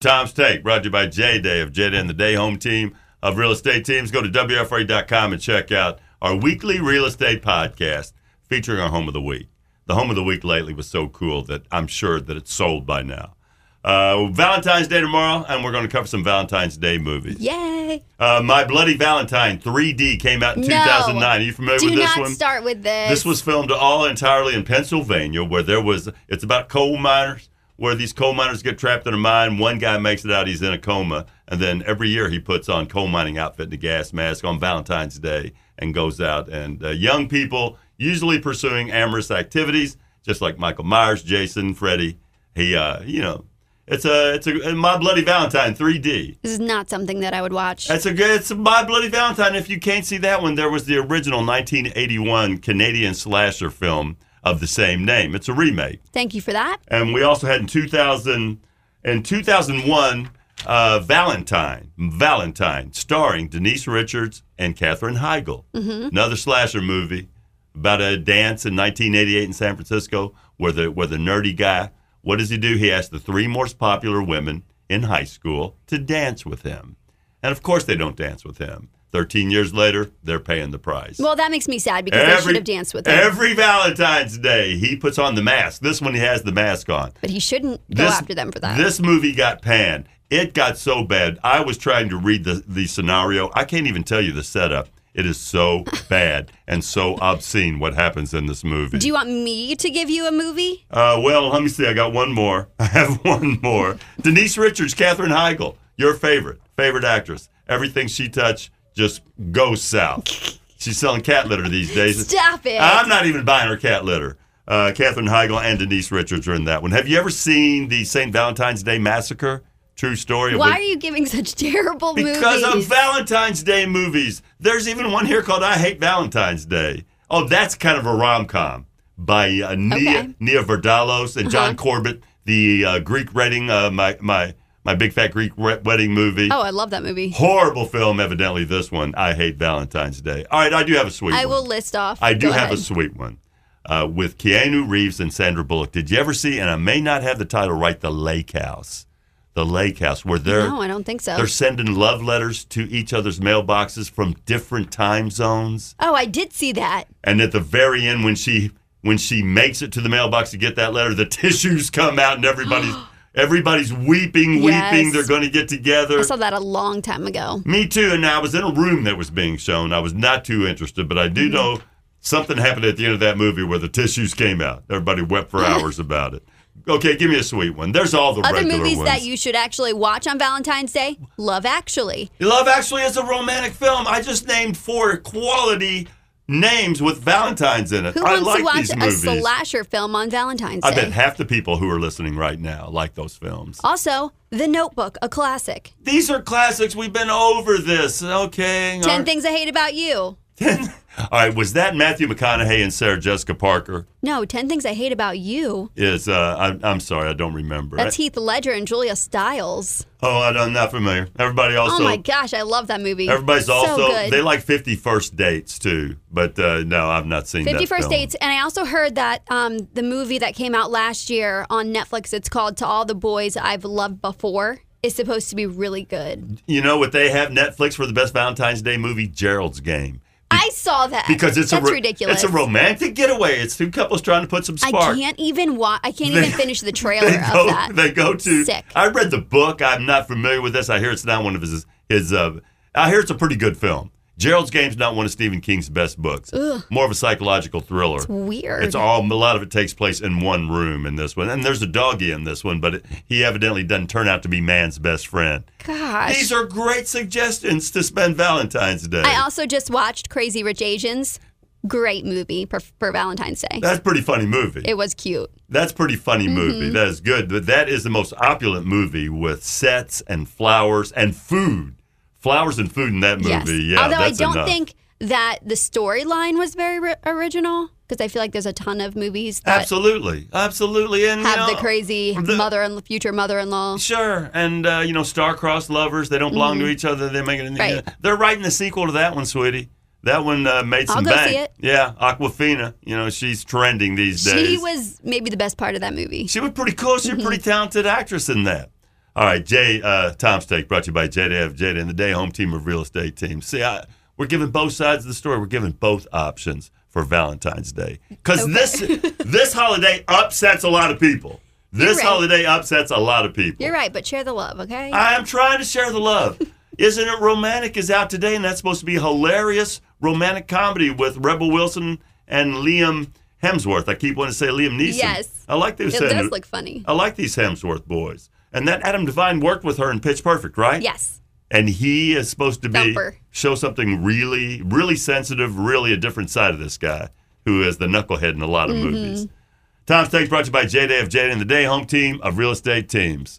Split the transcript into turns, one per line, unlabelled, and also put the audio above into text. Tom's Take, brought to you by J Day of J Day and the Day Home Team of Real Estate Teams. Go to WFRA.com and check out our weekly real estate podcast featuring our home of the week. The home of the week lately was so cool that I'm sure that it's sold by now. Uh, Valentine's Day tomorrow, and we're going to cover some Valentine's Day movies.
Yay!
Uh, My Bloody Valentine 3D came out in
No.
2009. Are you familiar
Do
with this
not
one?
start with this.
This was filmed all entirely in Pennsylvania, where there was. It's about coal miners, where these coal miners get trapped in a mine. One guy makes it out; he's in a coma, and then every year he puts on coal mining outfit and a gas mask on Valentine's Day and goes out. And uh, young people, usually pursuing amorous activities, just like Michael Myers, Jason, Freddy. He, uh, you know, it's a it's a My Bloody Valentine 3D.
This is not something that I would watch.
That's a good. It's My Bloody Valentine. If you can't see that one, there was the original 1981 Canadian slasher film of the same name. It's a remake,
Thank you for that.
and we also had in 2000 in 2001 uh, Valentine, Valentine, starring Denise Richards and Katherine Heigl.
Mm-hmm.
Another slasher movie about a dance in 1988 in San Francisco, where the where the nerdy guy. What does he do? He asks the three most popular women in high school to dance with him. And of course, they don't dance with him. 13 years later, they're paying the price.
Well, that makes me sad because I should have danced with him.
Every Valentine's Day, he puts on the mask. This one, he has the mask on.
but he shouldn't go after them for that.
This movie got panned. It got so bad. I was trying to read the, the scenario. I can't even tell you the setup. It is so bad and so obscene what happens in this movie.
Do you want me to give you a movie?
uh, well, let me see. I got one more. I have one more. Denise Richards, Katherine Heigl, your favorite, favorite actress. Everything she touched just goes south. She's selling cat litter these days.
Stop it.
I'm not even buying her cat litter. Uh, Catherine Heigl and Denise Richards are in that one. Have you ever seen the St. Valentine's Day Massacre? True story.
Why are you giving such terrible
because
movies?
of Valentine's Day movies. There's even one here called I Hate Valentine's Day. Oh, that's kind of a rom com by uh, Nia,
Okay. Uh-huh.
Nia Vardalos and John Corbett, the uh, Greek wedding, uh, my, my, my big fat Greek we- wedding movie.
oh, I love that movie.
Horrible film, evidently, this one. I Hate Valentine's Day. All right, I do have a sweet
I
one.
will list off.
I do
Go
have
ahead.
a sweet one uh, with Keanu Reeves and Sandra Bullock. Did you ever see? And I may not have the title right. The Lake House, the Lake House, where they're
No, I don't think so.
they're sending love letters to each other's mailboxes from different time zones.
Oh, I did see that.
And at the very end, when she when she makes it to the mailbox to get that letter, the tissues come out and everybody's everybody's weeping, weeping.
Yes.
They're going to get together.
I saw that a long time ago.
Me too. And I was in a room that was being shown. I was not too interested, but I
Mm-hmm.
do know something happened at the end of that movie where the tissues came out. Everybody wept for hours about it. Okay, give me a sweet one. There's all the
Other
regular
movies
ones.
that you should actually watch on Valentine's Day Love Actually.
Love Actually is a romantic film. I just named four quality names with Valentines in it.
Who
I
wants
like
to watch
these
a
movies.
slasher film on Valentine's
I
Day?
bet half the people who are listening right now like those films.
Also, The Notebook, a classic.
These are classics. We've been over this. Okay. all
Ten
right.
Things I Hate About You.
all right. Was that Matthew McConaughey and Sarah Jessica Parker?
No, Ten Things I Hate About You.
is uh, I'm, I'm sorry, I don't remember.
That's Heath Ledger and Julia Stiles.
oh, I don't, I'm not familiar. Everybody also,
oh my gosh, I love that movie.
everybody's
so
also
good.
they like 50 first dates too. But uh, no, I've not seen
Fifty
that
First
film.
Dates, and I also heard that um, the movie that came out last year on Netflix, it's called To All the Boys I've Loved Before, is supposed to be really good.
You know what they have Netflix for the best Valentine's Day movie, Gerald's Game.
I saw that
Because it's
That's
a ro- It's
ridiculous.
a romantic getaway. It's two couples trying to put some
I
spark.
can't even watch. I can't even finish the trailer
they
of
go,
that.
They go to.
Sick.
I read the book. I'm not familiar with this. I hear it's not one of his. His. Uh, I hear it's a pretty good film. Gerald's Game's not one of Stephen King's best books. More of a psychological thriller. It's
weird.
It's all a lot of it takes place in one room in this one, and there's a doggy in this one, but it, he evidently doesn't turn out to be man's best friend.
Gosh.
These are great suggestions to spend Valentine's Day.
I also just watched Crazy Rich Asians. Great movie for, for Valentine's Day.
That's a pretty funny movie.
It Mm-hmm. was cute.
That's a pretty funny movie. That is good. But that is the most opulent movie with sets and flowers and food. Flowers and food in that movie.
Yes.
Yeah.
Although I
that's
don't
enough.
think that the storyline was very ri- original because I feel like there's a ton of movies that
Absolutely. Absolutely. And you
have the
know,
crazy
the-
mother and future mother-in-law.
Sure. And uh, you know, star-crossed lovers, they don't belong to each other. They make it in the,
Mm-hmm. Right.
They're writing the sequel to that one, sweetie. That one uh, made
I'll
some
go
bank.
see it.
Yeah, Aquafina. You know, she's trending these days.
She was maybe the best part of that movie. Mm-hmm.
She was pretty cool. She's a pretty talented actress in that. All right, Jay, uh, Tom's Take brought to you by JDF, Jada and the Day Home Team of Real Estate Team. See, I, we're giving both sides of the story. We're giving both options for Valentine's Day because this this holiday upsets a lot of people. This
right.
holiday upsets a lot of people.
You're right, but share the love, okay?
I'm trying to share the love. Isn't it romantic? Is out today, and that's supposed to be a hilarious romantic comedy with Rebel Wilson and Liam Hemsworth. I keep wanting to say Liam Neeson.
Yes.
I like those.
it
Sandra-
does look funny.
I like these Hemsworth boys. And that Adam Devine worked with her in Pitch Perfect, right?
Yes.
And he is supposed to be
Thumper.
show something really, really sensitive, really a different side of this guy who is the knucklehead
Mm-hmm.
in a lot of movies. Tom's Takes brought to you by JDF Jada and the Day Home Team of Real Estate Teams.